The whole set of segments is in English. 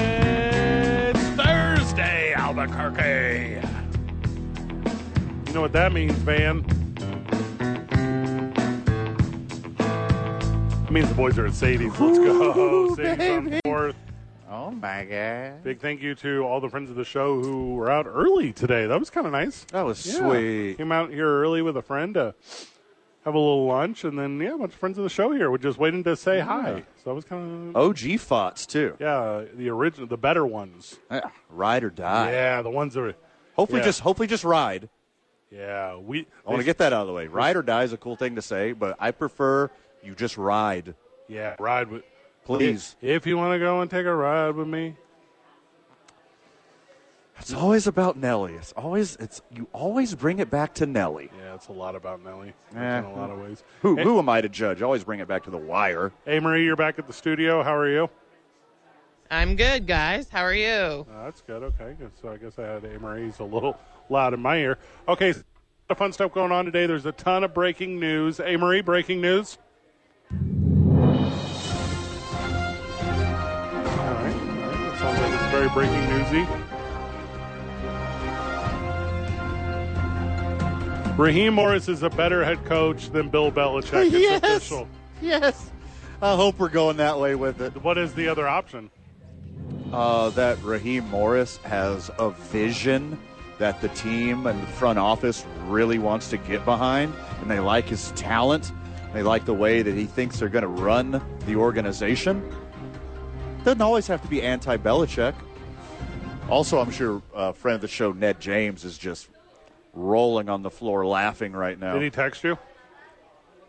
It's Thursday, Albuquerque. You know what that means, Van? It means the boys are at Sadie's. Let's go. Sadie's on fourth. Oh my god. Big thank you to all the friends of the show who were out early today. That was kind of nice. That was Yeah. sweet. Came out here early with a friend to have a little lunch, and then yeah, a bunch of friends of the show here were just waiting to say hi. So that was kind of OG Fots too. yeah, the original, the better ones. Yeah. Ride or die. Yeah, the ones that are Hopefully Yeah. just hopefully just ride. yeah we. I want to get that out of the way. Ride or die is a cool thing to say, but I prefer you just ride. yeah ride with Please. if you want to go and take a ride with me. It's always about Nelly. It's always it's you always bring it back to Nelly. Yeah, it's a lot about Nelly Yeah. in a lot of ways. Who Hey- who am I to judge? I always bring it back to the wire. Hey, Marie, you're back at the studio. How are you? I'm good, guys. How are you? Uh, that's good. Okay, good. so I guess I had Amory's a little loud in my ear. Okay, so a lot of fun stuff going on today. There's a ton of breaking news. Amory, breaking news. All right, all right. That sounds like it's very breaking newsy. Raheem Morris is a better head coach than Bill Belichick. It's official. Yes. I hope we're going that way with it. What is the other option? uh, that Raheem Morris has a vision that the team and the front office really wants to get behind, and they like his talent. They like the way that he thinks they're going to run the organization. Doesn't always have to be anti Belichick. Also, I'm sure uh, friend of the show, Ned James, is just rolling on the floor laughing right now. Did he text you?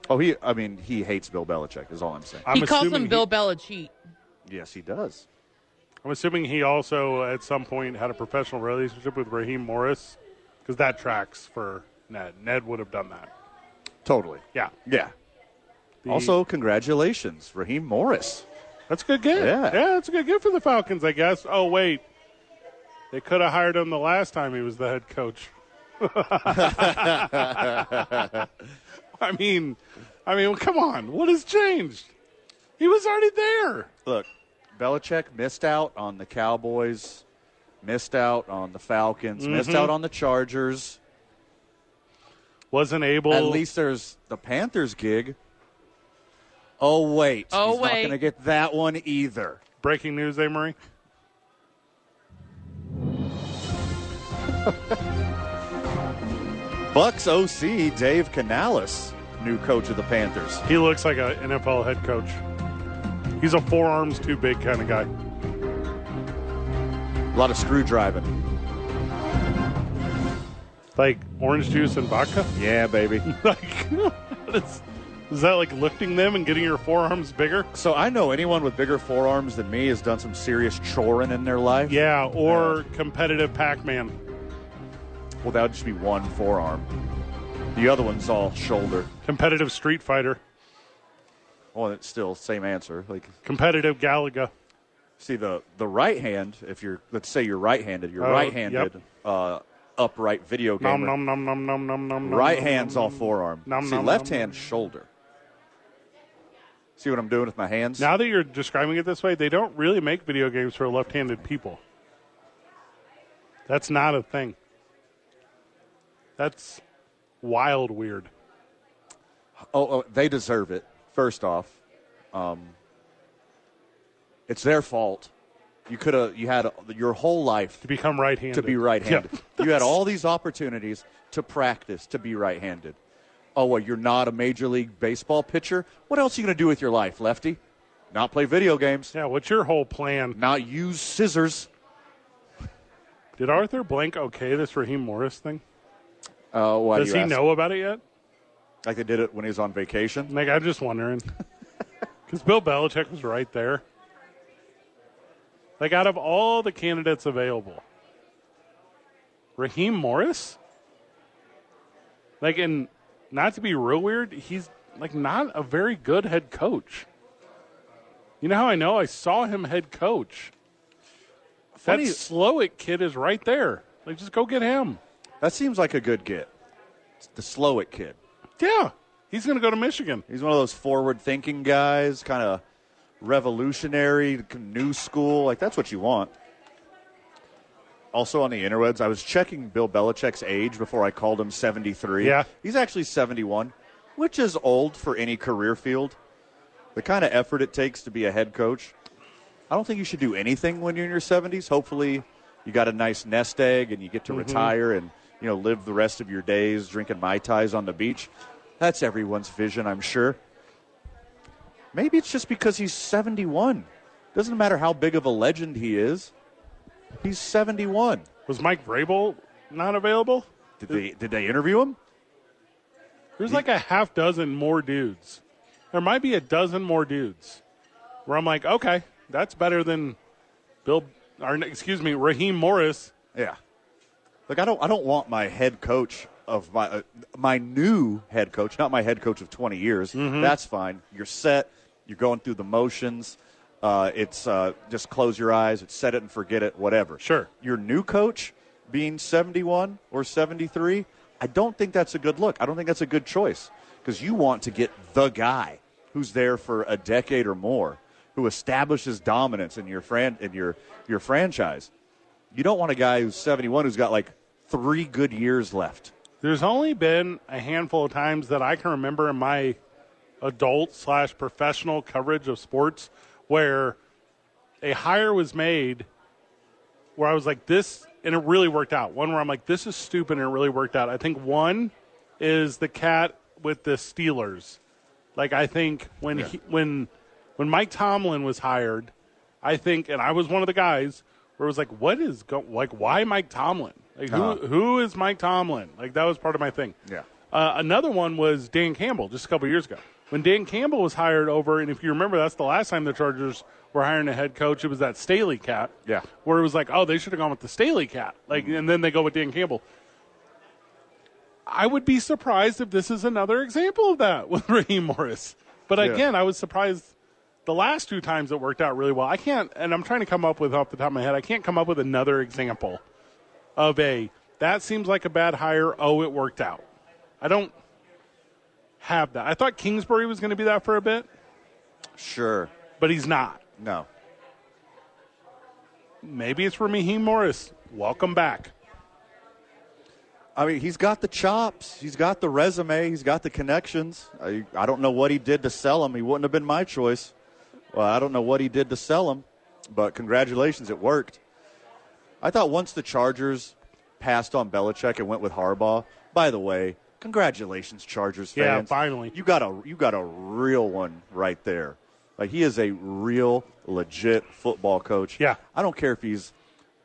oh, he, I mean, he hates Bill Belichick, is all I'm saying. I'm he calls assuming him he- Bill Belichick. yes, he does. I'm assuming he also at some point had a professional relationship with Raheem Morris because that tracks for Ned. Ned would have done that. Totally. Yeah. Yeah. The- also, congratulations, Raheem Morris. that's a good get. Yeah. that's a good get for the Falcons, I guess. Oh, wait. They could have hired him the last time he was the head coach. I mean, I mean, come on. What has changed? He was already there. Look, Belichick missed out on the Cowboys, missed out on the Falcons, missed out on the Chargers. Wasn't able. At least there's the Panthers gig. Oh wait, Oh, he's not wait. going to get that one either. breaking news, eh, Amory. Bucks OC Dave Canales, new coach of the Panthers. He looks like an NFL head coach. He's a four arms too big kind of guy. A lot of screw driving. like orange juice and vodka? Yeah, baby. Like, what is, is that like lifting them and getting your forearms bigger? so I know anyone with bigger forearms than me has done some serious choring in their life. Yeah, or competitive Pac Man. Well, that would just be one forearm. The other one's all shoulder. Competitive Street Fighter. Well, it's still same answer. Like Competitive Galaga. See the the right hand. If you're let's say you're right-handed, you're Oh, right-handed, yep. uh, upright video Nom gamer. nom nom nom nom nom nom. nom, right nom, hand's nom, all nom. forearm. Nom, See nom, left nom. hand shoulder. See what I'm doing with my hands? Now that you're describing it this way, they don't really make video games for left handed people. That's not a thing. That's wild weird. Oh, oh, they deserve it. First off, um, it's their fault. You could have you had your whole life To become right handed. to be right-handed. You had all these opportunities to practice to be right-handed. Oh, well, you're not a major league baseball pitcher. What else are you going to do with your life, lefty? Not play video games. Yeah, what's your whole plan? Not use scissors. Did Arthur Blank okay this Raheem Morris thing? Uh, why do Does you he ask? know about it yet? Like they did it when he was on vacation. Like, I'm just wondering. Because Bill Belichick was right there. Like, out of all the candidates available, Raheem Morris? Like, and not to be real weird, he's like not a very good head coach. You know how I know? I saw him head coach. Funny- That Slowick kid is right there. Like, just go get him. That seems like a good get. It's the Slowick kid. Yeah, he's going to go to Michigan. He's one of those forward-thinking guys, kind of revolutionary, new school. Like that's what you want. Also on the interwebs, I was checking Bill Belichick's age before I called him 73. Yeah. he's actually 71, which is old for any career field. The kind of effort it takes to be a head coach. I don't think you should do anything when you're in your 70s. Hopefully, you got a nice nest egg and you get to retire and you know live the rest of your days drinking mai tais on the beach. That's everyone's vision, I'm sure. Maybe it's just because he's 71. Doesn't matter how big of a legend he is. He's 71. Was Mike Vrabel not available? Did they did they interview him? There's like a half dozen more dudes. There might be a dozen more dudes where I'm like, okay, that's better than Bill, or excuse me, Raheem Morris. Yeah. Look, I don't I don't want my head coach of my uh, my new head coach, not my head coach of 20 years. That's fine. You're set. You're going through the motions. Uh, it's uh, just close your eyes. It's set it and forget it. Whatever. Sure. Your new coach being 71 or 73, I don't think that's a good look. I don't think that's a good choice because you want to get the guy who's there for a decade or more, who establishes dominance in your fran- in your your franchise. You don't want a guy who's 71 who's got like three good years left. There's only been a handful of times that I can remember in my adult slash professional coverage of sports where a hire was made where I was like, this, and it really worked out. One where I'm like, this is stupid, and it really worked out. I think one is the cat with the Steelers. Like I think when he, when when Mike Tomlin was hired, I think, and I was one of the guys where it was like, what is go- like, why Mike Tomlin? Like who who is Mike Tomlin? Like that was part of my thing. Yeah. Uh, another one was Dan Campbell just a couple years ago. When Dan Campbell was hired over, and if you remember, that's the last time the Chargers were hiring a head coach. It was that Staley cat. Yeah. Where it was like, oh, they should have gone with the Staley cat. Like, and then they go with Dan Campbell. I would be surprised if this is another example of that with Raheem Morris. But again, I was surprised the last two times it worked out really well. I can't, and I'm trying to come up with off the top of my head, I can't come up with another example of a that seems like a bad hire. Oh, it worked out. I don't have that. I thought Kingsbury was going to be that for a bit, Sure. but he's not. No. Maybe it's Raheem Morris. Welcome back. I mean, he's got the chops. He's got the resume. He's got the connections. I, I don't know what he did to sell him. He wouldn't have been my choice. Well, I don't know what he did to sell him, but congratulations, it worked. I thought once the Chargers passed on Belichick and went with Harbaugh. By the way, congratulations, Chargers Yeah, fans. finally. you got a you got a real one right there. Like he is a real legit football coach. Yeah. I don't care if he's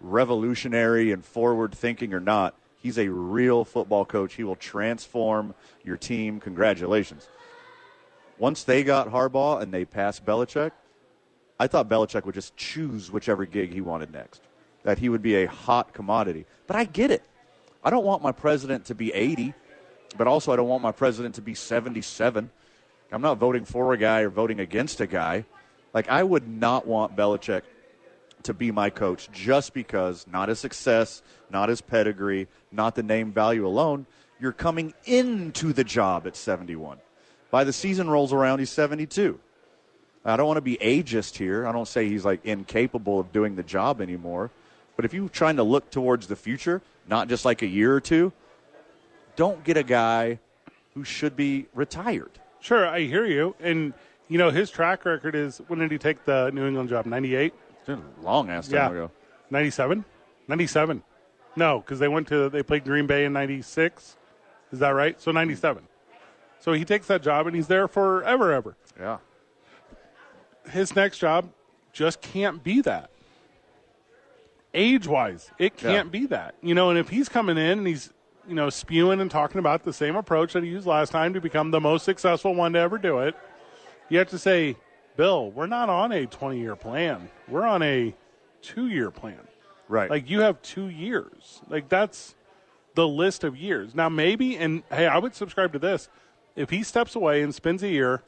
revolutionary and forward thinking or not. He's a real football coach. He will transform your team. Congratulations. Once they got Harbaugh and they passed Belichick, I thought Belichick would just choose whichever gig he wanted next, that he would be a hot commodity. But I get it. I don't want my president to be 80, but also I don't want my president to be 77. I'm not voting for a guy or voting against a guy. Like, I would not want Belichick to be my coach just because not his success, not his pedigree, not the name value alone. You're coming into the job at 71. By the season rolls around, he's 72. I don't want to be ageist here. I don't say he's like incapable of doing the job anymore. But if you're trying to look towards the future, not just like a year or two, don't get a guy who should be retired. Sure, I hear you. And, you know, his track record is when did he take the New England job? 98? It's been a long ass time ago. 97? 97. No, because they went to, they played Green Bay in 96. Is that right? So 97. So he takes that job and he's there forever, ever. Yeah. his next job just can't be that. Age wise, it can't be that. You know, and if he's coming in and he's, you know, spewing and talking about the same approach that he used last time to become the most successful one to ever do it, you have to say, Bill, we're not on a 20 year plan. We're on a two year plan. Right. Like you have two years. Like that's the list of years. Now maybe and hey, I would subscribe to this. If he steps away and spends a year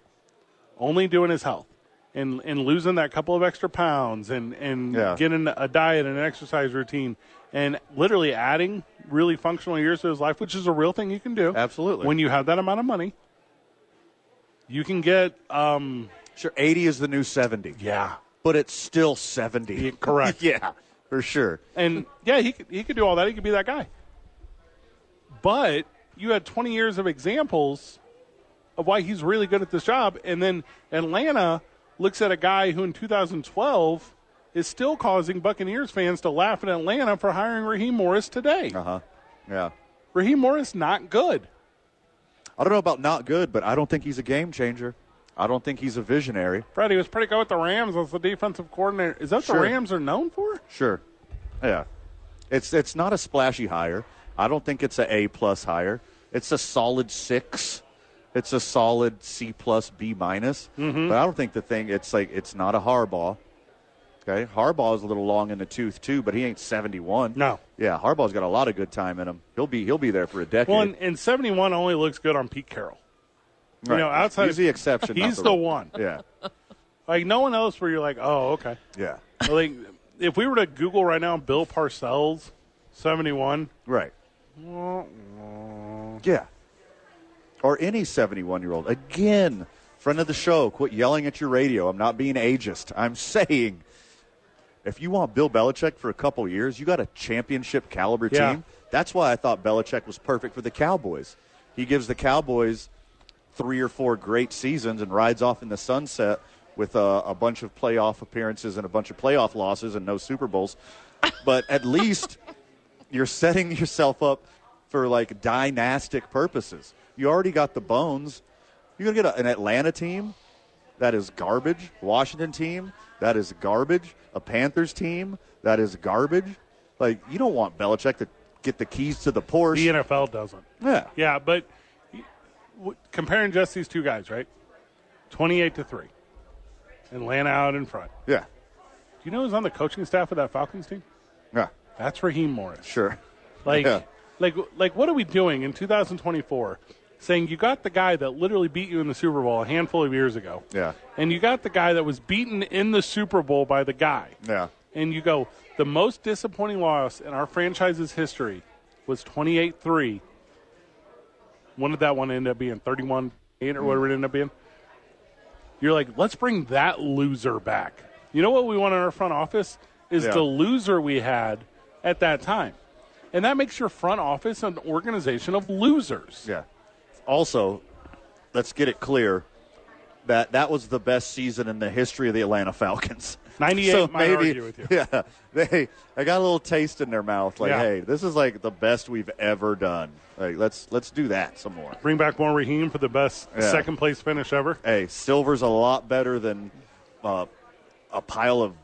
only doing his health and and losing that couple of extra pounds and and Yeah. getting a diet and an exercise routine and literally adding really functional years to his life, which is a real thing you can do. Absolutely. When you have that amount of money, you can get um sure, 80 is the new 70. yeah, But it's still 70. Yeah, correct. yeah, for sure. And yeah, he could, he could do all that. He could be that guy. But you had 20 years of examples of why he's really good at this job. And then Atlanta looks at a guy who in 2012 is still causing Buccaneers fans to laugh in Atlanta for hiring Raheem Morris today. Uh huh. Yeah. Raheem Morris, not good. I don't know about not good, but I don't think he's a game changer. I don't think he's a visionary. Freddie was pretty good with the Rams as the defensive coordinator. Is that what Sure. the Rams are known for? Sure. Yeah. It's it's not a splashy hire. I don't think it's a A plus hire. It's a solid six. It's a solid C plus B minus. Mm-hmm. But I don't think the thing it's like it's not a Harbaugh. Okay. Harbaugh's a little long in the tooth too, but he ain't seventy one. No. Yeah, Harbaugh's got a lot of good time in him. He'll be he'll be there for a decade. Well, and, and 71 only looks good on Pete Carroll. You know, outside he's the exception. not He's the, the rule. one. Yeah. Like no one else where you're like, oh, okay. Yeah. like if we were to Google right now, Bill Parcells, seventy-one. Right. Yeah. Or any 71 year old. Again, friend of the show, quit yelling at your radio. I'm not being ageist. I'm saying if you want Bill Belichick for a couple years, you got a championship caliber Yeah. team. That's why I thought Belichick was perfect for the Cowboys. He gives the Cowboys three or four great seasons and rides off in the sunset with a, a bunch of playoff appearances and a bunch of playoff losses and no Super Bowls. But at least you're setting yourself up for like dynastic purposes. You already got the bones. You're gonna get a, an Atlanta team that is garbage, Washington team that is garbage, a Panthers team that is garbage. Like you don't want Belichick to get the keys to the Porsche. The NFL doesn't. yeah, Yeah, but w- comparing just these two guys, right? Twenty-eight to three. Atlanta out in front. yeah, Do you know who's on the coaching staff of that Falcons team? yeah. That's Raheem Morris. Sure. Like, Yeah. like, like, what are we doing in 2024? Saying you got the guy that literally beat you in the Super Bowl a handful of years ago. Yeah. And you got the guy that was beaten in the Super Bowl by the guy. Yeah. and you go, the most disappointing loss in our franchise's history was 28 3. When did that one end up being? 31 8 or whatever it ended up being? You're like, let's bring that loser back. You know what we want in our front office? Is Yeah. the loser we had at that time. And that makes your front office an organization of losers. Yeah. Also, let's get it clear that that was the best season in the history of the Atlanta Falcons. 98 so might maybe, argue with you. Yeah, they I got a little taste in their mouth. Like, Yeah. hey, this is like the best we've ever done. Like, let's let's do that some more. Bring back more Raheem for the best Yeah. second place finish ever. Hey, silver's a lot better than uh, a pile of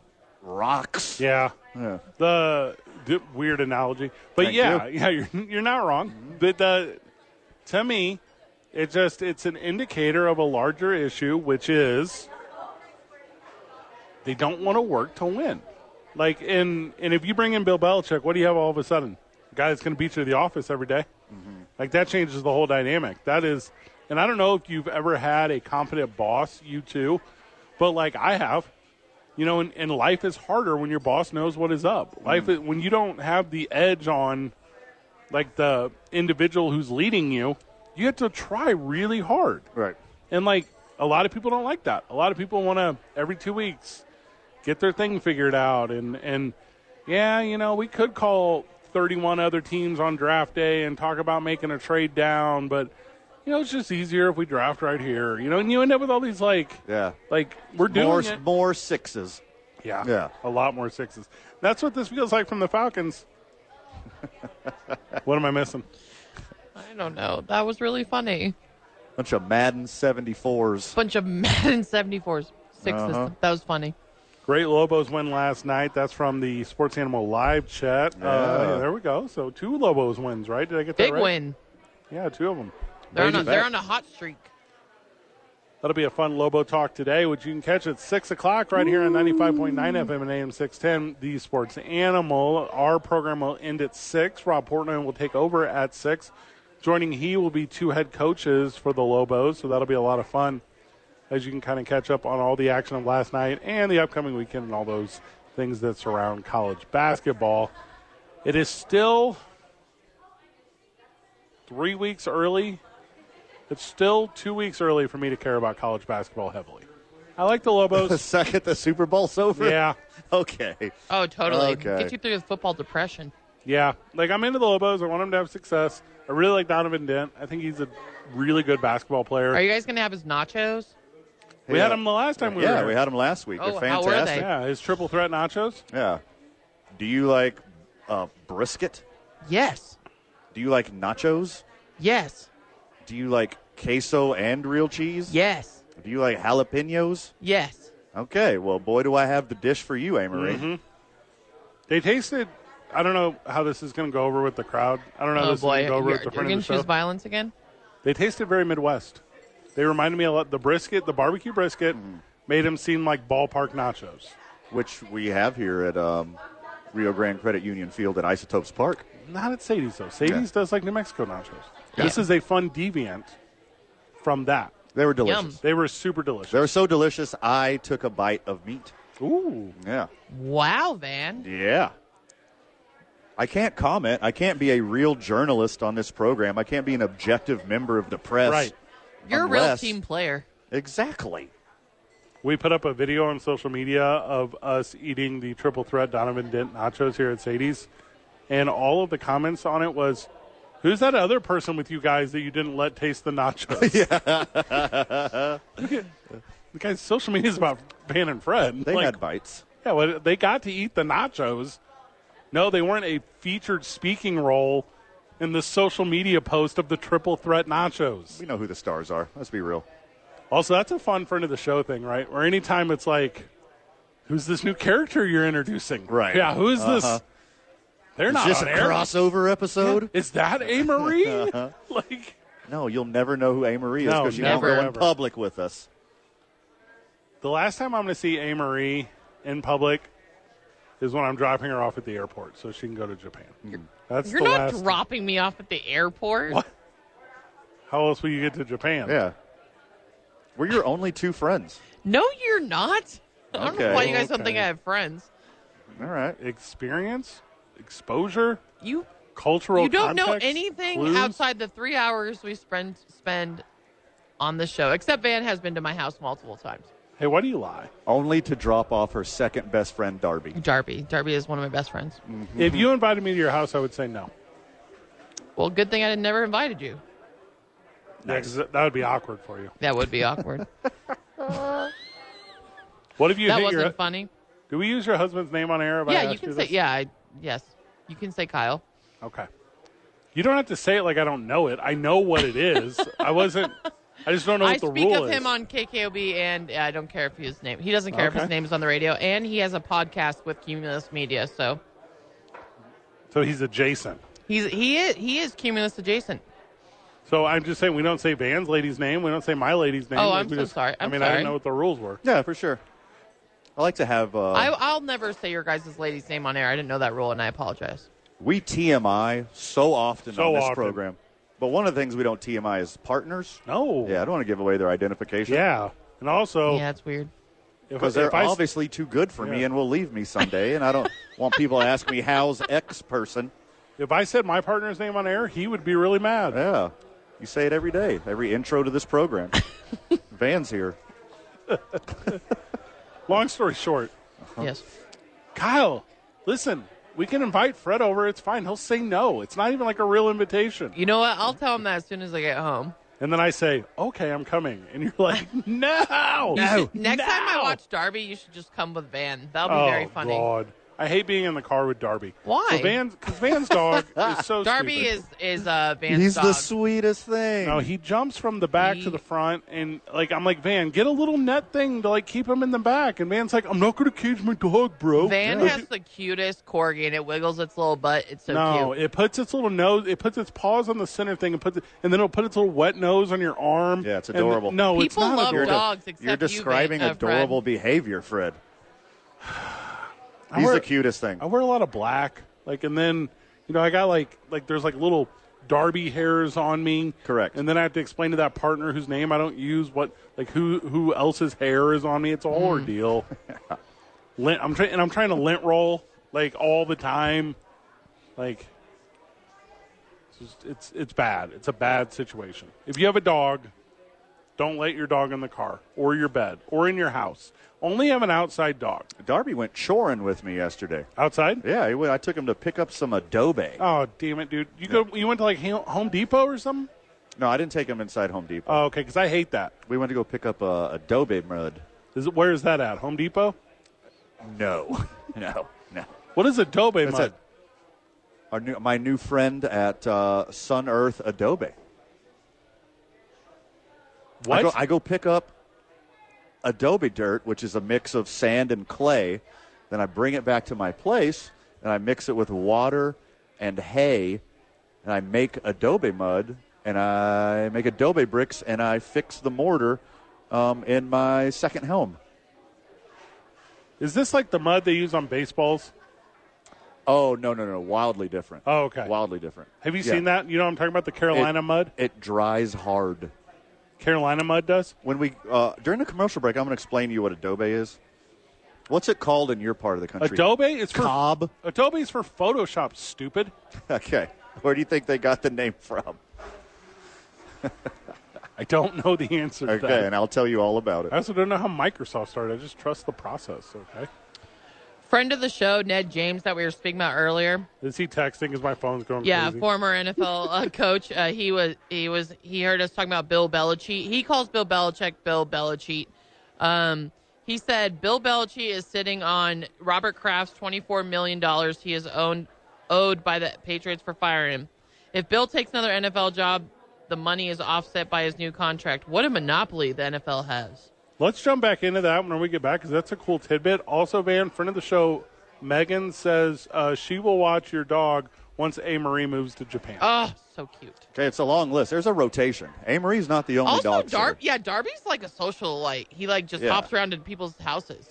rocks. Yeah. The d- weird analogy, but Thank yeah, you. yeah, you're you're not wrong. But the to me, it just it's an indicator of a larger issue, which is they don't want to work to win. Like and and if you bring in Bill Belichick, what do you have all of a sudden? A guy that's going to beat you to the office every day? Like that changes the whole dynamic. That is, and I don't know if you've ever had a competent boss, you too, but like I have. You know, and, and life is harder when your boss knows what is up. Life is, when you don't have the edge on, like the individual who's leading you, you have to try really hard. Right. And like a lot of people don't like that. A lot of people want to every two weeks get their thing figured out. And and yeah, you know, we could call 31 other teams on draft day and talk about making a trade down, but you know, it's just easier if we draft right here. You know, and you end up with all these like Yeah. like we're doing More it. more sixes. Yeah. Yeah. A lot more sixes. That's what this feels like from the Falcons. what am I missing? I don't know. That was really funny. Bunch of Madden seventy fours. Bunch of Madden 74s. 6s Uh-huh. That was funny. Great Lobos win last night. That's from the Sports Animal live chat. Uh, Yeah. there we go. So two Lobos wins, right? Did I get that Big right? win. Yeah, two of them. They're on, a, Raising they're back. on a hot streak. That'll be a fun Lobo Talk today, which you can catch at 6 o'clock right here on 95.9 FM and AM 610, the sports animal. Our program will end at 6. Rob Portman will take over at 6. Joining he will be two head coaches for the Lobos, so that'll be a lot of fun as you can kind of catch up on all the action of last night and the upcoming weekend and all those things that surround college basketball. It is still three weeks early. It's still two weeks early for me to care about college basketball heavily. I like the The Lobos. second the Super Bowl's over? yeah, Okay. Oh, totally. Okay. Get you through the football depression. yeah. Like, I'm into the Lobos. I want them to have success. I really like Donovan Dent. I think he's a really good basketball player. Are you guys gonna have his nachos? we Yeah. had him the last time we were uh, Yeah, here. we had them last week. Oh, They're how were fantastic. they? Yeah, his triple threat nachos. Yeah. Do you like uh, brisket? Yes. Do you like nachos? Yes. Do you like queso and real cheese? Yes. Do you like jalapenos? Yes. Okay, well, boy, do I have the dish for you, Amory. Mm-hmm. They tasted. I don't know how this is going to go over with the crowd. I don't know how Oh this boy, is going to go over you're, with you're the front gonna of the show. choose violence again? They tasted very Midwest. They reminded me a lot. The brisket, the barbecue brisket, Mm. made them seem like ballpark nachos. Which we have here at um, Rio Grande Credit Union Field at Isotopes Park. Not at Sadie's though. Sadie's does like New Mexico nachos. Yeah. This is a fun deviant from that. They were delicious. Yum. They were super delicious. They were so delicious, I took a bite of meat. Ooh, Yeah. Wow, Van. Yeah. I can't comment. I can't be a real journalist on this program. I can't be an objective member of the press. right. You're a real Unless- team player. Exactly. We put up a video on social media of us eating the triple threat Donovan Dent nachos here at Sadie's, and all of the comments on it was, "Who's that other person with you guys that you didn't let taste the nachos?" yeah. the guy's social media is about Van and Fred. They Like, had bites. yeah, well, they got to eat the nachos. No, they weren't a featured speaking role in the social media post of the triple threat nachos. We know who the stars are. Let's be real. Also, that's a fun friend of the show thing, right? Where anytime it's like, who's this new character you're introducing? Right. Yeah, who's Uh-huh. this? They're Is not this on a air. crossover episode? Uh-huh. Is that A Marie? like, No, you'll never know who A. Marie is No, because she won't never, go in ever. public with us. the last time I'm going to see A Marie in public is when I'm dropping her off at the airport so she can go to Japan. Hmm. That's You're the not last. dropping me off at the airport. What? How else will you get to Japan? Yeah. We're your only two friends. No, you're not. I don't Okay. know why you guys don't Okay. think I have friends. All right. Experience, exposure, You cultural. you don't know context, anything clues. outside the three hours we spend spend on the show. Except Van has been to my house multiple times. Hey, why do you lie? Only to drop off her second best friend, Darby. Darby. Darby is one of my best friends. Mm-hmm. If you invited me to your house, I would say no. Well, good thing I had never invited you. Yeah, 'cause that that would be awkward for you. That would be awkward. What if you that hit wasn't your? funny. Do we use your husband's name on air? If I Yeah, you ask can say this? yeah. I, yes, you can say Kyle. Okay. You don't have to say it like I don't know it. I know what it is. I wasn't. I just don't know I what the speak rule of is. him on KKOB, and I don't care if his name. He doesn't care if his Okay. name is on the radio, and he has a podcast with Cumulus Media. So so he's adjacent. he's he is he is Cumulus adjacent. So I'm just saying we don't say Van's lady's name. We don't say my lady's name. Oh, Like, I'm we so just- sorry. I I'm mean, I sorry. didn't know what the rules were. Yeah, for sure. I like to have. Oh. Uh, I, I'll never say your guys' lady's name on air. I didn't know that rule, and I apologize. we TMI so often So on this often. program. But one of the things we don't TMI is partners. No. Yeah, I don't want to give away their identification. Yeah. And also, yeah, it's weird. if, Because if they're I s- obviously too good for me Yeah. and will leave me someday. And I don't want people to ask me, how's X person? if I said my partner's name on air, he would be really mad. Yeah. You say it every day, every intro to this program. Van's here. Long story short, Yes, Kyle, listen, we can invite Fred over. It's fine. He'll say no. It's not even like a real invitation. you know what? I'll tell him that as soon as I get home. And then I say, okay, I'm coming. And you're like, no. No. Next time I watch Darby, you should just come with Van. That'll be Oh, very funny. God. I I hate being in the car with Darby. Why? So Van's, cause Van's dog is so Darby stupid. is is uh, Van's He's dog. the sweetest thing. No, he jumps from the back to the front, and like I'm like Van, get a little net thing to like keep him in the back. And Van's like, I'm not gonna cage my dog, bro. Van Like, has the cutest corgi, and it wiggles its little butt. It's so no, cute. it puts its little nose, it puts its paws on the center thing, and puts it, and then it'll put its little wet nose on your arm. Yeah, it's And then- adorable. no, it's People not love adorable. dogs except You're you, Van- describing uh, Fred. adorable behavior, Fred. I He's wear- the cutest thing. I wear a lot of black, like, and then you know I got like like there's like little Darby hairs on me. Correct. And then I have to explain to that partner whose name I don't use what like who who else's hair is on me. It's a whole ordeal. lint, I'm trying and I'm trying to lint roll like all the time, like. it's just- It's it's bad. It's a bad situation. If you have a dog, don't let your dog in the car or your bed or in your house. Only have an outside dog. Darby went choring with me yesterday. Outside? Yeah, he went, I took him to pick up some adobe. Oh damn it, dude! You go. You went to like Ha- Home Depot or something? No, I didn't take him inside Home Depot. Oh, okay, because I hate that. we went to go pick up uh, adobe mud. Is it, where is that at? Home Depot? No, no, no. What is Adobe That's mud? it. Our new, my new friend at uh, Sun Earth Adobe. What? I go, I go pick up adobe dirt, which is a mix of sand and clay. Then I bring it back to my place and I mix it with water and hay, and I make adobe mud and I make adobe bricks and I fix the mortar um, in my second home. is this like the mud they use on baseballs? Oh no no no! Wildly different. Oh, okay. Wildly different. Have you Yeah. seen that? You know what I'm talking about the Carolina It- mud. It dries hard. Carolina mud does. When we uh, during the commercial break, I'm going to explain to you what adobe is. What's it called in your part of the country? Adobe is for Cobb. Adobe is for Photoshop. Stupid. Okay. Where do you think they got the name from? I don't know the answer. To Okay, that. and I'll tell you all about I it. also don't know how Microsoft started. I just trust the process. Okay. Friend of the show, Ned James, that we were speaking about earlier. Is he texting? Because my phone's going Yeah, crazy. former NFL uh, coach. Uh, he was he was he heard us talking about Bill Belichick. He calls Bill Belichick Bill Belichick. Um, he said Bill Belichick is sitting on Robert Kraft's twenty four million dollars he is owned owed by the Patriots for firing him. If Bill takes another NFL job, the money is offset by his new contract. What a monopoly the NFL has. Let's jump back into that when we get back because that's a cool tidbit. Also, Van, friend of the show, Megan says uh, she will watch your dog once A. Marie moves to Japan. Oh, so cute. Okay, it's a long list. There's a rotation. Amory's not the only Also, dog. Dar- sitter. yeah, Darby's like a socialite. He like just Yeah. hops around to people's houses.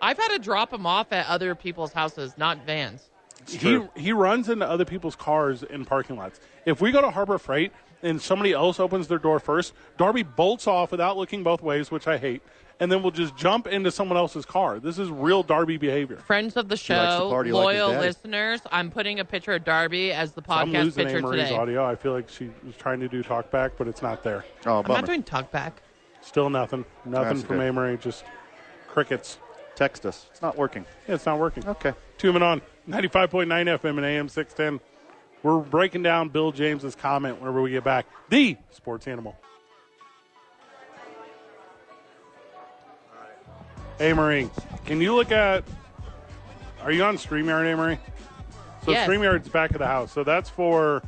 I've had to drop him off at other people's houses, not vans. he true. he runs into other people's cars in parking lots. If we go to Harbor Freight and somebody else opens their door first, Darby bolts off without looking both ways, which I hate, and then we'll just jump into someone else's car. This is real Darby behavior. Friends of the likes to show, party like his loyal daddy. listeners, I'm putting a picture of Darby as the I'm podcast losing A. picture Marie's today. audio. I feel like she was trying to do talk back, but it's not there. Oh, I'm bummer. not doing talk back. Still nothing. Nothing That's from good. A. Marie, just crickets. Text us. It's not working. Yeah, it's not working. Okay. Tuning on 95.9 FM and AM 610. We're breaking down Bill James's comment whenever we get back. The sports animal. Hey, Marie, can you look at. Are you on StreamYard, Amory? So Yes. StreamYard's back of the house. So that's for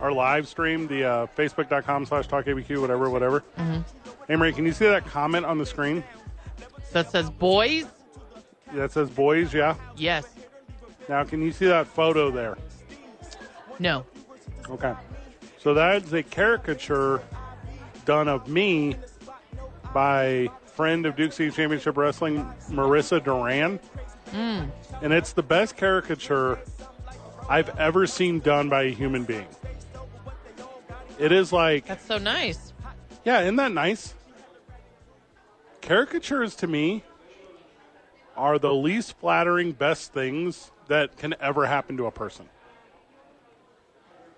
our live stream, the uh, facebook.com slash talkabq, whatever, whatever. Amory, can you see that comment on the screen That says boys. that says boys? Yeah. Yes. Now, can you see that photo there? No. Okay. So that's a caricature done of me by friend of Duke City Championship Wrestling, Marissa Duran. And it's the best caricature I've ever seen done by a human being. It is like, That's so nice. yeah, isn't that nice? Caricatures to me are the least flattering, best things that can ever happen to a person.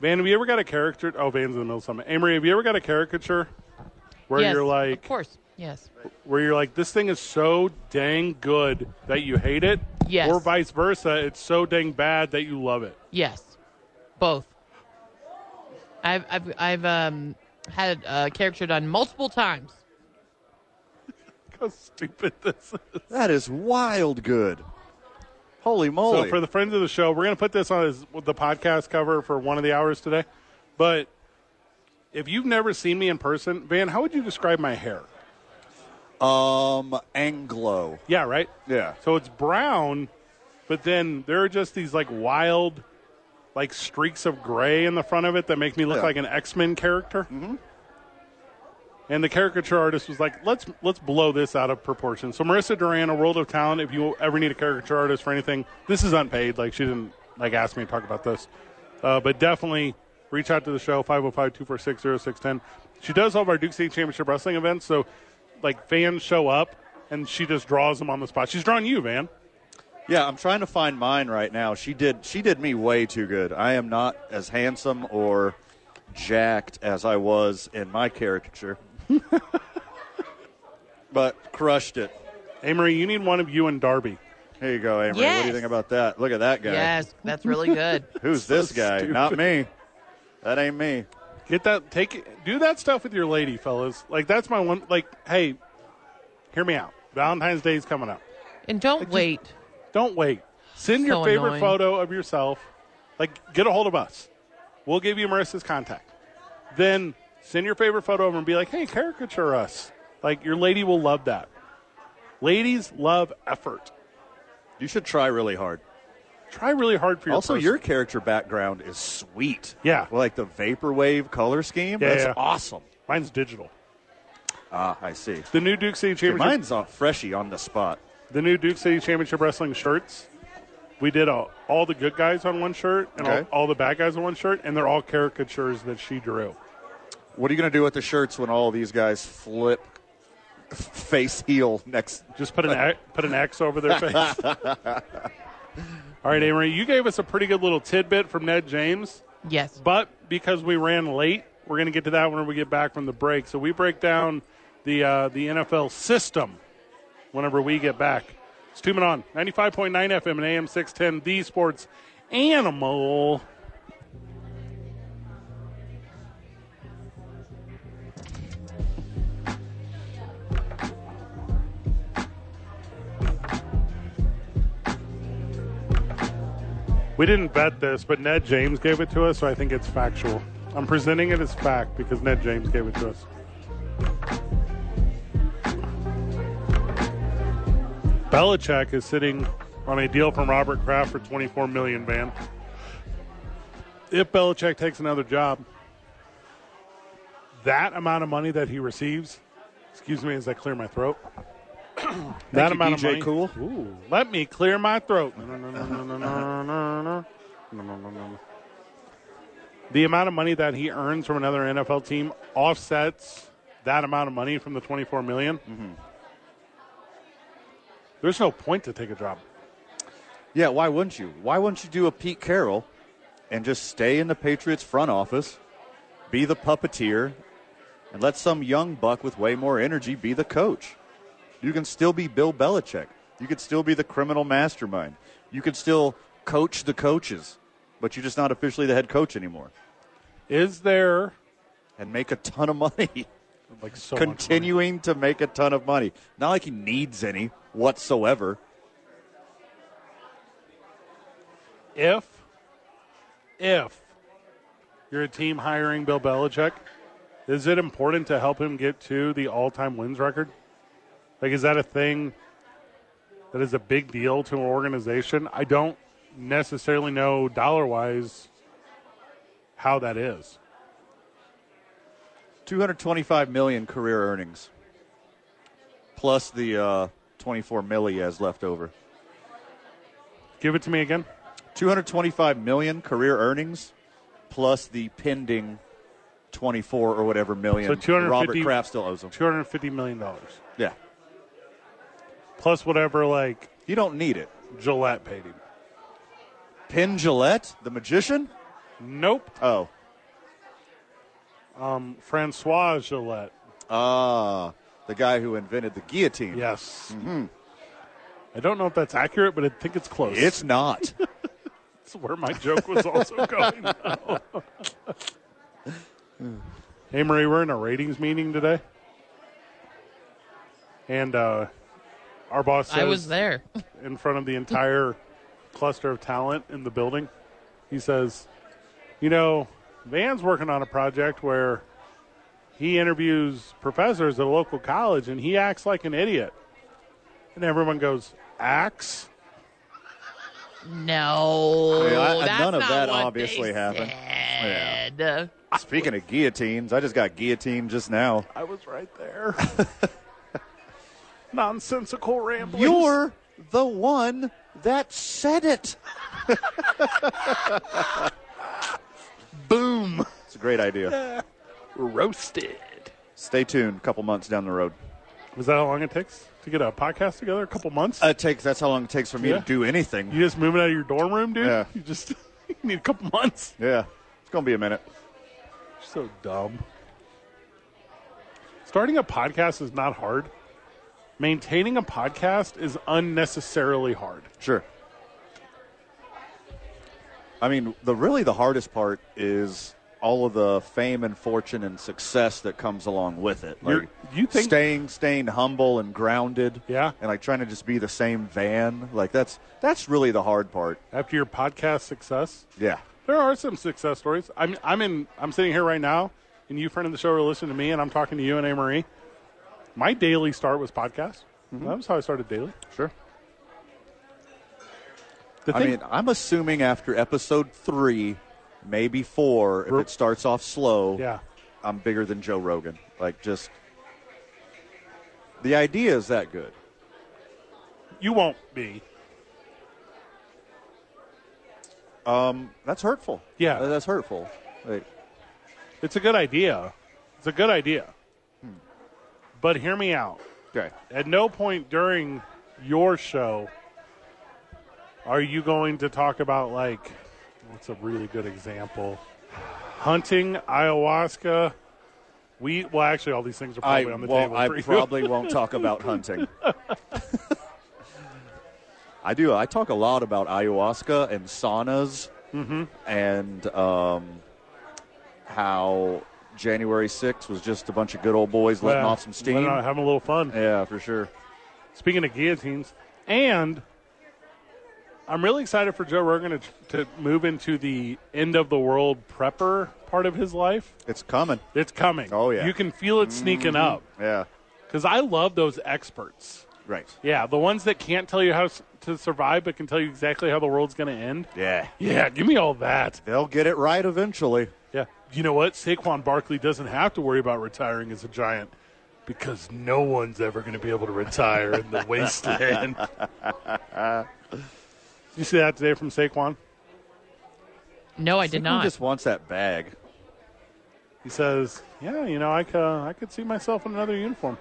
Van, have you ever got a caricature? Oh, Van's in the middle of something. Amory, have you ever got a caricature where yes. you're Of like, course. Yes. where you're like, this thing is so dang good that you hate it, Yes. or vice versa, it's so dang bad that you love it. Yes, both. I've I've I've um had a character done multiple times. Look how stupid this is. That is wild good. Holy moly! So for the friends of the show, we're going to put this on as the podcast cover for one of the hours today. But if you've never seen me in person, Van, how would you describe my hair? um, Anglo. Yeah, right. Yeah. So it's brown, but then there are just these like wild, like streaks of gray in the front of it that make me look Yeah. like an X Men character. Mm-hmm. And the caricature artist was like, "Let's let's blow this out of proportion." So Marissa Duran, a world of talent. If you ever need a caricature artist for anything, this is unpaid. Like she didn't like ask me to talk about this, uh, but definitely reach out to the show 505-246-0610. She does all of our Duke State Championship wrestling events, so like fans show up and she just draws them on the spot. She's drawing you, man. Yeah, I'm trying to find mine right now. She did. She did me way too good. I am not as handsome or jacked as I was in my caricature, but crushed it. Amory, you need one of you and Darby. Here you go, Amory. What do you Yes. think about that? Look at that guy. Yes, that's really good. Who's this guy? Not me. That ain't me. Get that. Take it. Do that stuff with your lady, fellas. Like that's my one. Like, hey, hear me out. Valentine's Day is coming up. And don't wait. Don't wait. Send your So favorite annoying. photo of yourself. Like, get a hold of us. We'll give you Marissa's contact. Then send your favorite photo over and be like, hey, caricature us. Like, your lady will love that. Ladies love effort. You should try really hard. Try really hard for your also, person. your character background is sweet. Yeah. Like the vaporwave color scheme. Yeah, That's yeah. awesome. Mine's digital. Ah, I see. The new Duke City Dude, Championship. mine's on freshy on the spot. the new Duke City Championship Wrestling shirts. We did all, all the good guys on one shirt and Okay. all, all the bad guys on one shirt, and they're all caricatures that she drew. What are you going to do with the shirts when all these guys flip f- face heel next? Just put an X- put an X over their face. all right, Amory, you gave us a pretty good little tidbit from Ned James, Yes. but because we ran late, we're going to get to that when we get back from the break. So we break down the uh, the NFL system whenever we get back. It's two men on ninety five point nine FM and AM six ten. The Sports Animal. We didn't bet this, but Ned James gave it to us, so I think it's factual. I'm presenting it as fact because Ned James gave it to us. Belichick is sitting on a deal from Robert Kraft for 24 million. Van, if Belichick takes another job, that amount of money that he receives, excuse me as I clear my throat. that you, amount DJ of money. Cool. Ooh, let me clear my throat. No, no, no, no, no, no, no, no. No, no, no, no. The amount of money that he earns from another NFL team offsets that amount of money from the 24 million. There's no point to take a job. Yeah, why wouldn't you? Why wouldn't you do a Pete Carroll and just stay in the Patriots front office, be the puppeteer, and let some young buck with way more energy be the coach? You can still be Bill Belichick. You could still be the criminal mastermind. You could still coach the coaches, but you're just not officially the head coach anymore Is there and make a ton of money. like so much money. continuing to make a ton of money. Not like he needs any whatsoever. if if you're a team hiring Bill Belichick, is it important to help him get to the all-time wins record? Like, is that a thing that is a big deal to an organization? I don't necessarily know dollar-wise how that is. 225 million career earnings, plus the uh, 24 milli he has left over. Give it to me again. 225 million career earnings, plus the pending 24 or whatever million. So 250 Robert Kraft still owes him. Two hundred fifty million dollars Yeah, plus whatever like you don't need it. Gillette paid him. Pin Gillette, the magician. Nope, Oh, Francois Gillette. ah, the guy who invented the guillotine. Yes. I don't know if that's accurate, but I think it's close. It's not. That's where my joke was also going. now. hey, Marie, we're in a ratings meeting today, and uh, our boss says I was there. in front of the entire cluster of talent in the building. He says, you know, Van's working on a project where he interviews professors at a local college and he acts like an idiot. And everyone goes, acts? No, Yeah, I- I- that's none of not that what obviously they happened. said. Speaking of guillotines, I just got guillotined just now. I was right there. Nonsensical ramblings. You're the one that said it. boom It's a great idea. roasted. Stay tuned. A couple months down the road. Was that how long it takes to get a podcast together? A couple months? Uh, It takes. That's how long it takes for me Yeah. to do anything. you just moving out of your dorm room, dude? Yeah. You just you need a couple months. yeah, it's gonna be a minute. So dumb. Starting a podcast is not hard. Maintaining a podcast is unnecessarily hard. Sure. I mean, the really the hardest part is all of the fame and fortune and success that comes along with it. You're- Like you think- staying staying humble and grounded. Yeah. And like trying to just be the same van. Like that's that's really the hard part. After your podcast success, Yeah. there are some success stories. I'm I'm in I'm sitting here right now, and you friend of the show are listening to me, and I'm talking to you and A Marie. My daily start was podcast. That was how I started daily. Mm-hmm. Sure. The I mean, I'm assuming after episode three, maybe four, if Ro- it starts off slow, yeah, I'm bigger than Joe Rogan. Like, just the idea is that good. you won't be. That's hurtful. Yeah. That- that's hurtful. Like, It's a good idea. It's a good idea. Hmm. But hear me out. okay. At no point during your show are you going to talk about like what's a really good example? Hunting, ayahuasca, wheat. Well, actually, all these things are I probably on the well, table. I for you. probably won't talk about hunting. I do. I talk a lot about ayahuasca and saunas, Mm-hmm. and um, how January 6th was just a bunch of good old boys letting Yeah, off some steam. letting off- having a little fun. yeah, for sure. Speaking of guillotines, and I'm really excited for Joe Rogan to, to move into the end of the world prepper part of his life. It's coming. It's coming. Oh, yeah. Mm-hmm. you can feel it sneaking up. 'Cause up Yeah. because I love those experts. Right. Yeah, the ones that can't tell you how s- to survive, but can tell you exactly how the world's going to end. Yeah. Yeah, give me all that. They'll get it right eventually. Yeah, you know what? Saquon Barkley doesn't have to worry about retiring as a Giant because no one's ever going to be able to retire in the wasteland. you see that today from Saquon? No, I did Saquon not. just wants that bag. He says, "Yeah, you know, I could, I could see myself in another uniform."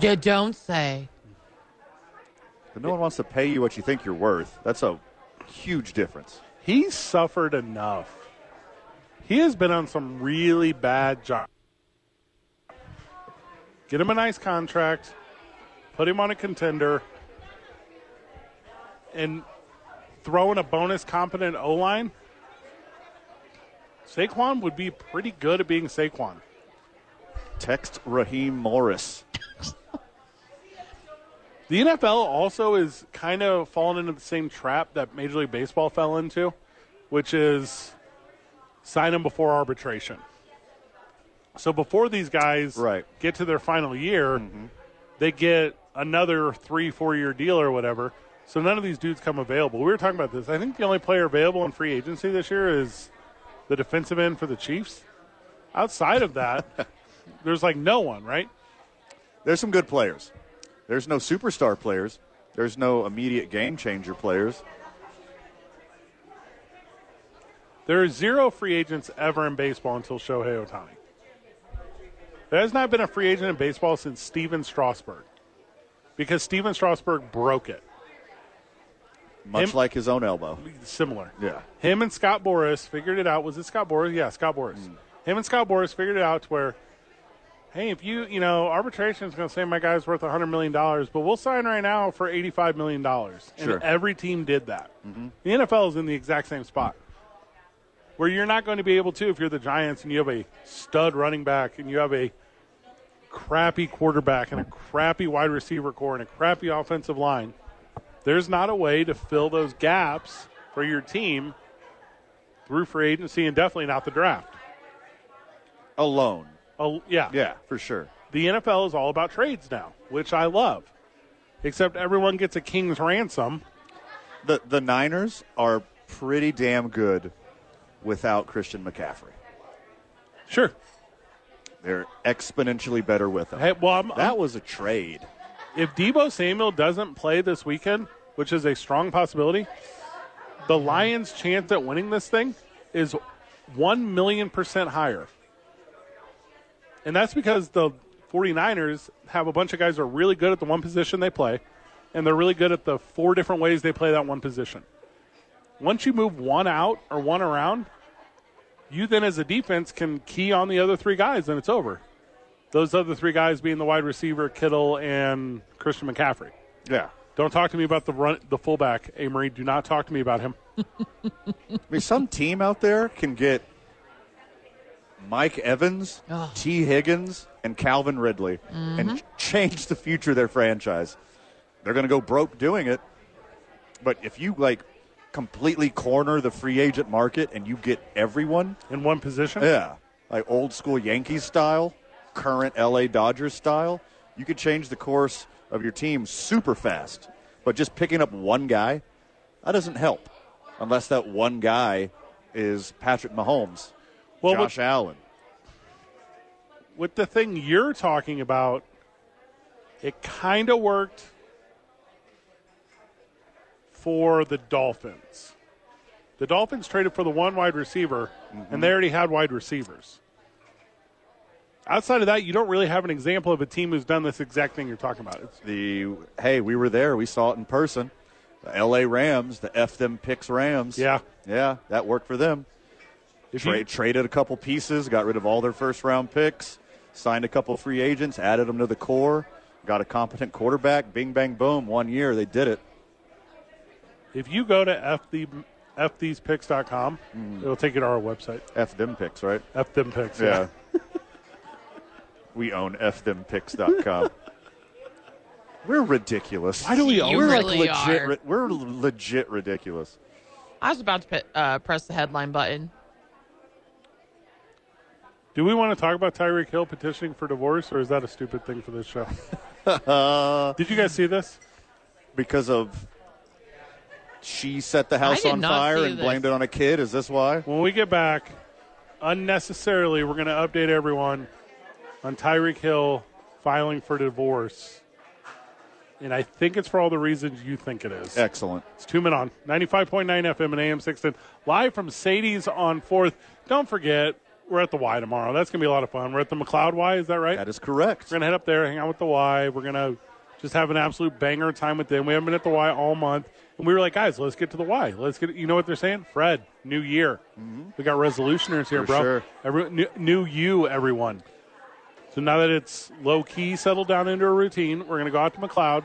You don't say. But no one wants to pay you what you think you're worth. That's a huge difference. He suffered enough. He has been on some really bad job. Get him a nice contract, put him on a contender, and throw in a bonus competent O line. Saquon would be pretty good at being Saquon. Text Raheem Morris. The NFL also is kind of fallen into the same trap that Major League Baseball fell into, which is sign them before arbitration. So before these guys Right. get to their final year, they get another three, four year deal or whatever. So none of these dudes come available. We were talking about this. I think the only player available in free agency this year is the defensive end for the Chiefs. Outside of that, there's like no one, right? There's some good players. There's no superstar players. There's no immediate game changer players. There are zero free agents ever in baseball until Shohei Otani. There has not been a free agent in baseball since Steven Strasburg because Steven Strasburg broke it. Much Him- like his own elbow. Similar. Yeah. Him and Scott Boris figured it out. Was it Scott Boris? Yeah, Scott Boris. Him and Scott Boris figured it out to where, hey, if you, you know, arbitration is going to say my guy's worth $100 million, but we'll sign right now for $85 million. Sure. And every team did that. The NFL is in the exact same spot where you're not going to be able to if you're the Giants and you have a stud running back and you have a crappy quarterback and a crappy wide receiver core and a crappy offensive line. There's not a way to fill those gaps for your team through free agency and definitely not the draft. Alone. Oh, yeah. Yeah, for sure. The NFL is all about trades now, which I love. Except everyone gets a king's ransom. The the Niners are pretty damn good without Christian McCaffrey. Sure. They're exponentially better with him. Hey, well, I'm, I'm- that was a trade. if Debo Samuel doesn't play this weekend, which is a strong possibility, the Lions' chance at winning this thing is 1 million percent higher. And that's because the 49ers have a bunch of guys who are really good at the one position they play, and they're really good at the four different ways they play that one position. Once you move one out or one around, you then as a defense can key on the other three guys, and it's over. Those other three guys being the wide receiver, Kittle, and Christian McCaffrey. Yeah. Don't talk to me about the run, the fullback, Amory. Do not talk to me about him. I mean, some team out there can get Mike Evans, Ugh. T. Higgins, and Calvin Ridley and ch- change the future of their franchise. They're going to go broke doing it. But if you like completely corner the free agent market and you get everyone, In one position? yeah, like old school Yankees style, current LA Dodgers style, you could change the course of your team super fast. But just picking up one guy, that doesn't help unless that one guy is Patrick Mahomes, Well, Josh Allen. with, with the thing you're talking about, it kind of worked for the Dolphins. The Dolphins traded for the one wide receiver, Mm-hmm. and they already had wide receivers. Outside of that, you don't really have an example of a team who's done this exact thing you're talking about. It's, The hey, we were there, we saw it in person. The LA Rams, the F them picks Rams. Yeah. Yeah, that worked for them. if you- Tra- traded a couple pieces, got rid of all their first round picks, signed a couple free agents, added them to the core, got a competent quarterback. Bing, bang, boom. One year, they did it. If you go to fth fthes.picks.com, Mm-hmm. it'll take you to our website. F them picks, right? F them picks. we own fthempicks.com. We're ridiculous. Why do we You own We're really like legit. are. ri- We're l- legit ridiculous. I was about to pe- uh, press the headline button. Do we want to talk about Tyreek Hill petitioning for divorce, or is that a stupid thing for this show? Did you guys see this? Because of she set the house did on not fire see and this. blamed it on a kid. Is this why? When we get back, unnecessarily, we're going to update everyone on Tyreek Hill filing for divorce. And I think it's for all the reasons you think it is. Excellent. It's two men on 95.9 FM and AM 610, live from Sadie's on 4th. Don't forget, we're at the Y tomorrow. That's going to be a lot of fun. We're at the McLeod Y, is that right? That is correct. We're going to head up there, hang out with the Y. We're going to just have an absolute banger time with them. We haven't been at the Y all month. And we were like, guys, let's get to the Y. Let's get, you know what they're saying? Fred, new year. We got resolutioners here, Mm-hmm. For bro. sure. Every, new, new you, everyone. So now that it's low key settled down into a routine, we're going to go out to McLeod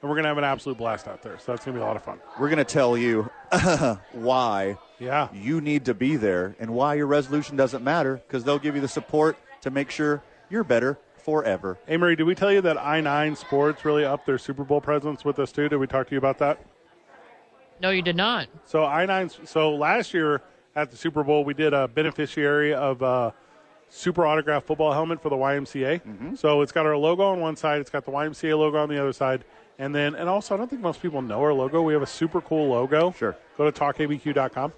and we're going to have an absolute blast out there. So that's going to be a lot of fun. We're going to tell you why Yeah. you need to be there and why your resolution doesn't matter because they'll give you the support to make sure you're better forever. Amory, did we tell you that I nine Sports really upped their Super Bowl presence with us too? Did we talk to you about that? No, you did not. So I nine. So last year at the Super Bowl, we did a beneficiary of a super autograph football helmet for the YMCA. So it's got our logo on one side, it's got the YMCA logo on the other side, and then and also I don't think most people know our logo. We have a super cool logo. Sure. Go to talkabq.com.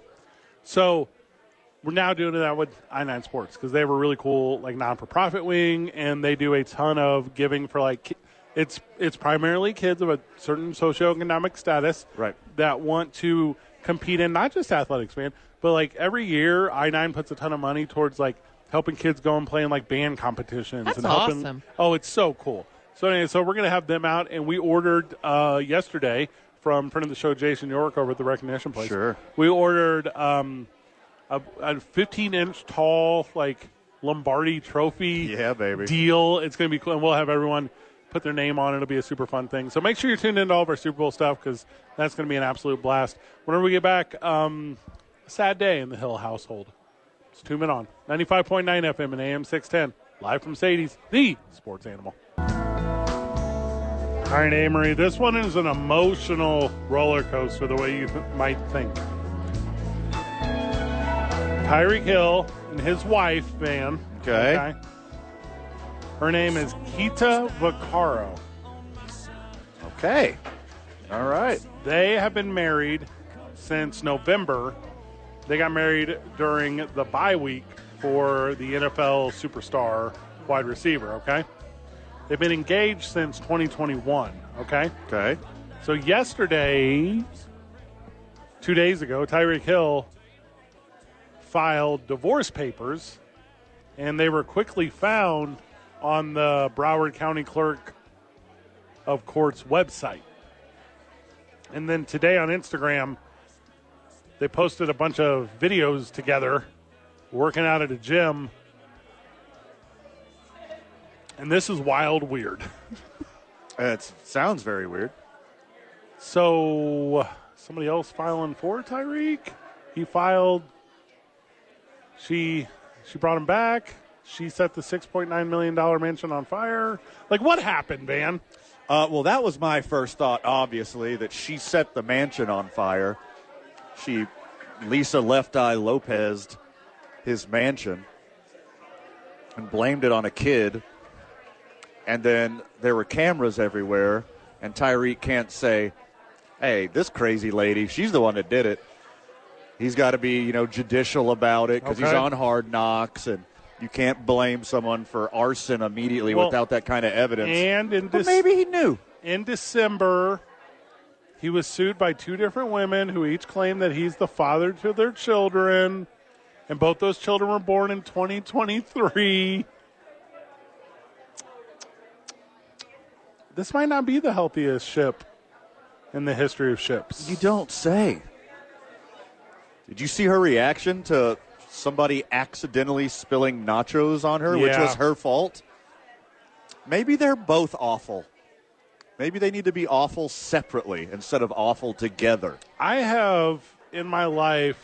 So we're now doing that with i9 sports because they have a really cool like non-for-profit wing and they do a ton of giving for like ki- it's it's primarily kids of a certain socioeconomic status Right. that want to compete in not just athletics man but like every year i9 puts a ton of money towards like helping kids go and play in like band competitions That's and helping awesome. oh it's so cool so anyway so we're gonna have them out and we ordered uh yesterday from friend of the show jason york over at the recognition place Sure. we ordered um a, a 15 inch tall like Lombardi Trophy Yeah, baby. deal. It's going to be cool, and we'll have everyone put their name on. it. It'll be a super fun thing. So make sure you're tuned into all of our Super Bowl stuff because that's going to be an absolute blast. Whenever we get back, um, sad day in the Hill household. It's two men on 95.9 FM and AM 610 live from Sadie's, the sports animal. All right, Amory, this one is an emotional roller coaster, the way you th- might think. Tyreek Hill and his wife, Van. Okay. Her name is Kita Vaccaro. Okay. All right. They have been married since November. They got married during the bye week for the NFL superstar wide receiver, okay? They've been engaged since 2021, okay? Okay. So yesterday, two days ago, Tyreek Hill filed divorce papers, and they were quickly found on the Broward County Clerk of Court's website. And then today on Instagram, they posted a bunch of videos together working out at a gym. And this is wild weird. It sounds very weird. So somebody else filing for Tyreek. He filed. She she brought him back. She set the six point nine million dollar mansion on fire. Like what happened, Van? Uh, well, that was my first thought, obviously, that she set the mansion on fire. She, Lisa Left Eye Lopez, his mansion and blamed it on a kid. And then there were cameras everywhere, and Tyreek can't say, hey, this crazy lady, she's the one that did it. He's got to be, you know, judicial about it because he's Okay. on hard knocks, and you can't blame someone for arson immediately Well, without that kind of evidence. And in but this maybe he knew. in December, he was sued by two different women who each claim that he's the father to their children, and both those children were born in 2023. This might not be the healthiest ship in the history of ships. You don't say. Did you see her reaction to somebody accidentally spilling nachos on her, which Yeah. was her fault? Maybe they're both awful. Maybe they need to be awful separately instead of awful together. I have in my life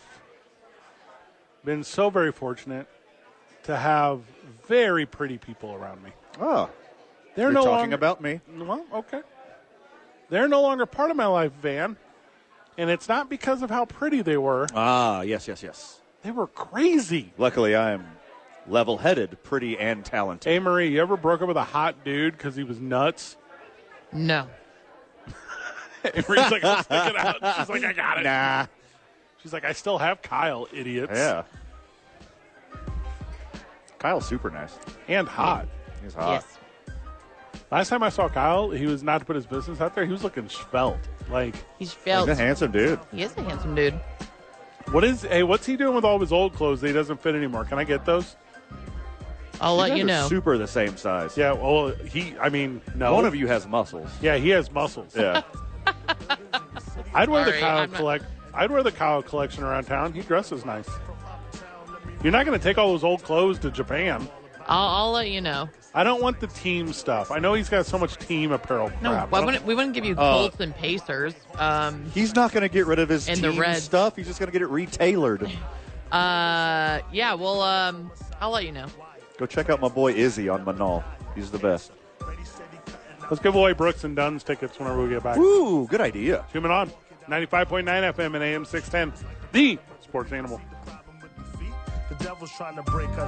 been so very fortunate to have very pretty people around me. Oh, They're you're no talking longer about me. Well, okay. They're no longer part of my life, Van. And it's not because of how pretty they were. Ah, yes, yes, yes. They were crazy. Luckily, I am level-headed, pretty, and talented. Hey, Marie, you ever broke up with a hot dude because he was nuts? No. Marie's like, I'm sticking out. She's like, I got it. Nah. She's like, I still have Kyle, idiots. Yeah. Kyle's super nice. And hot. He's hot. Yes. Last time I saw Kyle, he was not to put his business out there. He was looking svelte. Like, He's He's failed. a handsome dude. He is a handsome dude. what is, hey, what's he doing with all of his old clothes that he doesn't fit anymore? Can I get those? I'll let guys you are know. Super the same size. Yeah, well, he, I mean, no. One of you has muscles. Yeah, he has muscles. Yeah. I'd wear the Sorry, Kyle I'm not- collect. I'd wear the Kyle collection around town. He dresses nice. You're not going to take all those old clothes to Japan. I'll, I'll let you know. I don't want the team stuff. I know he's got so much team apparel. No, crap. I why don't- wouldn't, we wouldn't give you Uh, Colts and Pacers. Um, He's not going to get rid of his And the team red. stuff. He's just going to get it retailored. uh, yeah, well, um, I'll let you know. Go check out my boy Izzy on Manal. He's the best. Let's give away Brooks and Dunn's tickets whenever we get back. Ooh, good idea. Tune in on 95.9 FM and AM 610, the sports animal. The devil's trying to break us.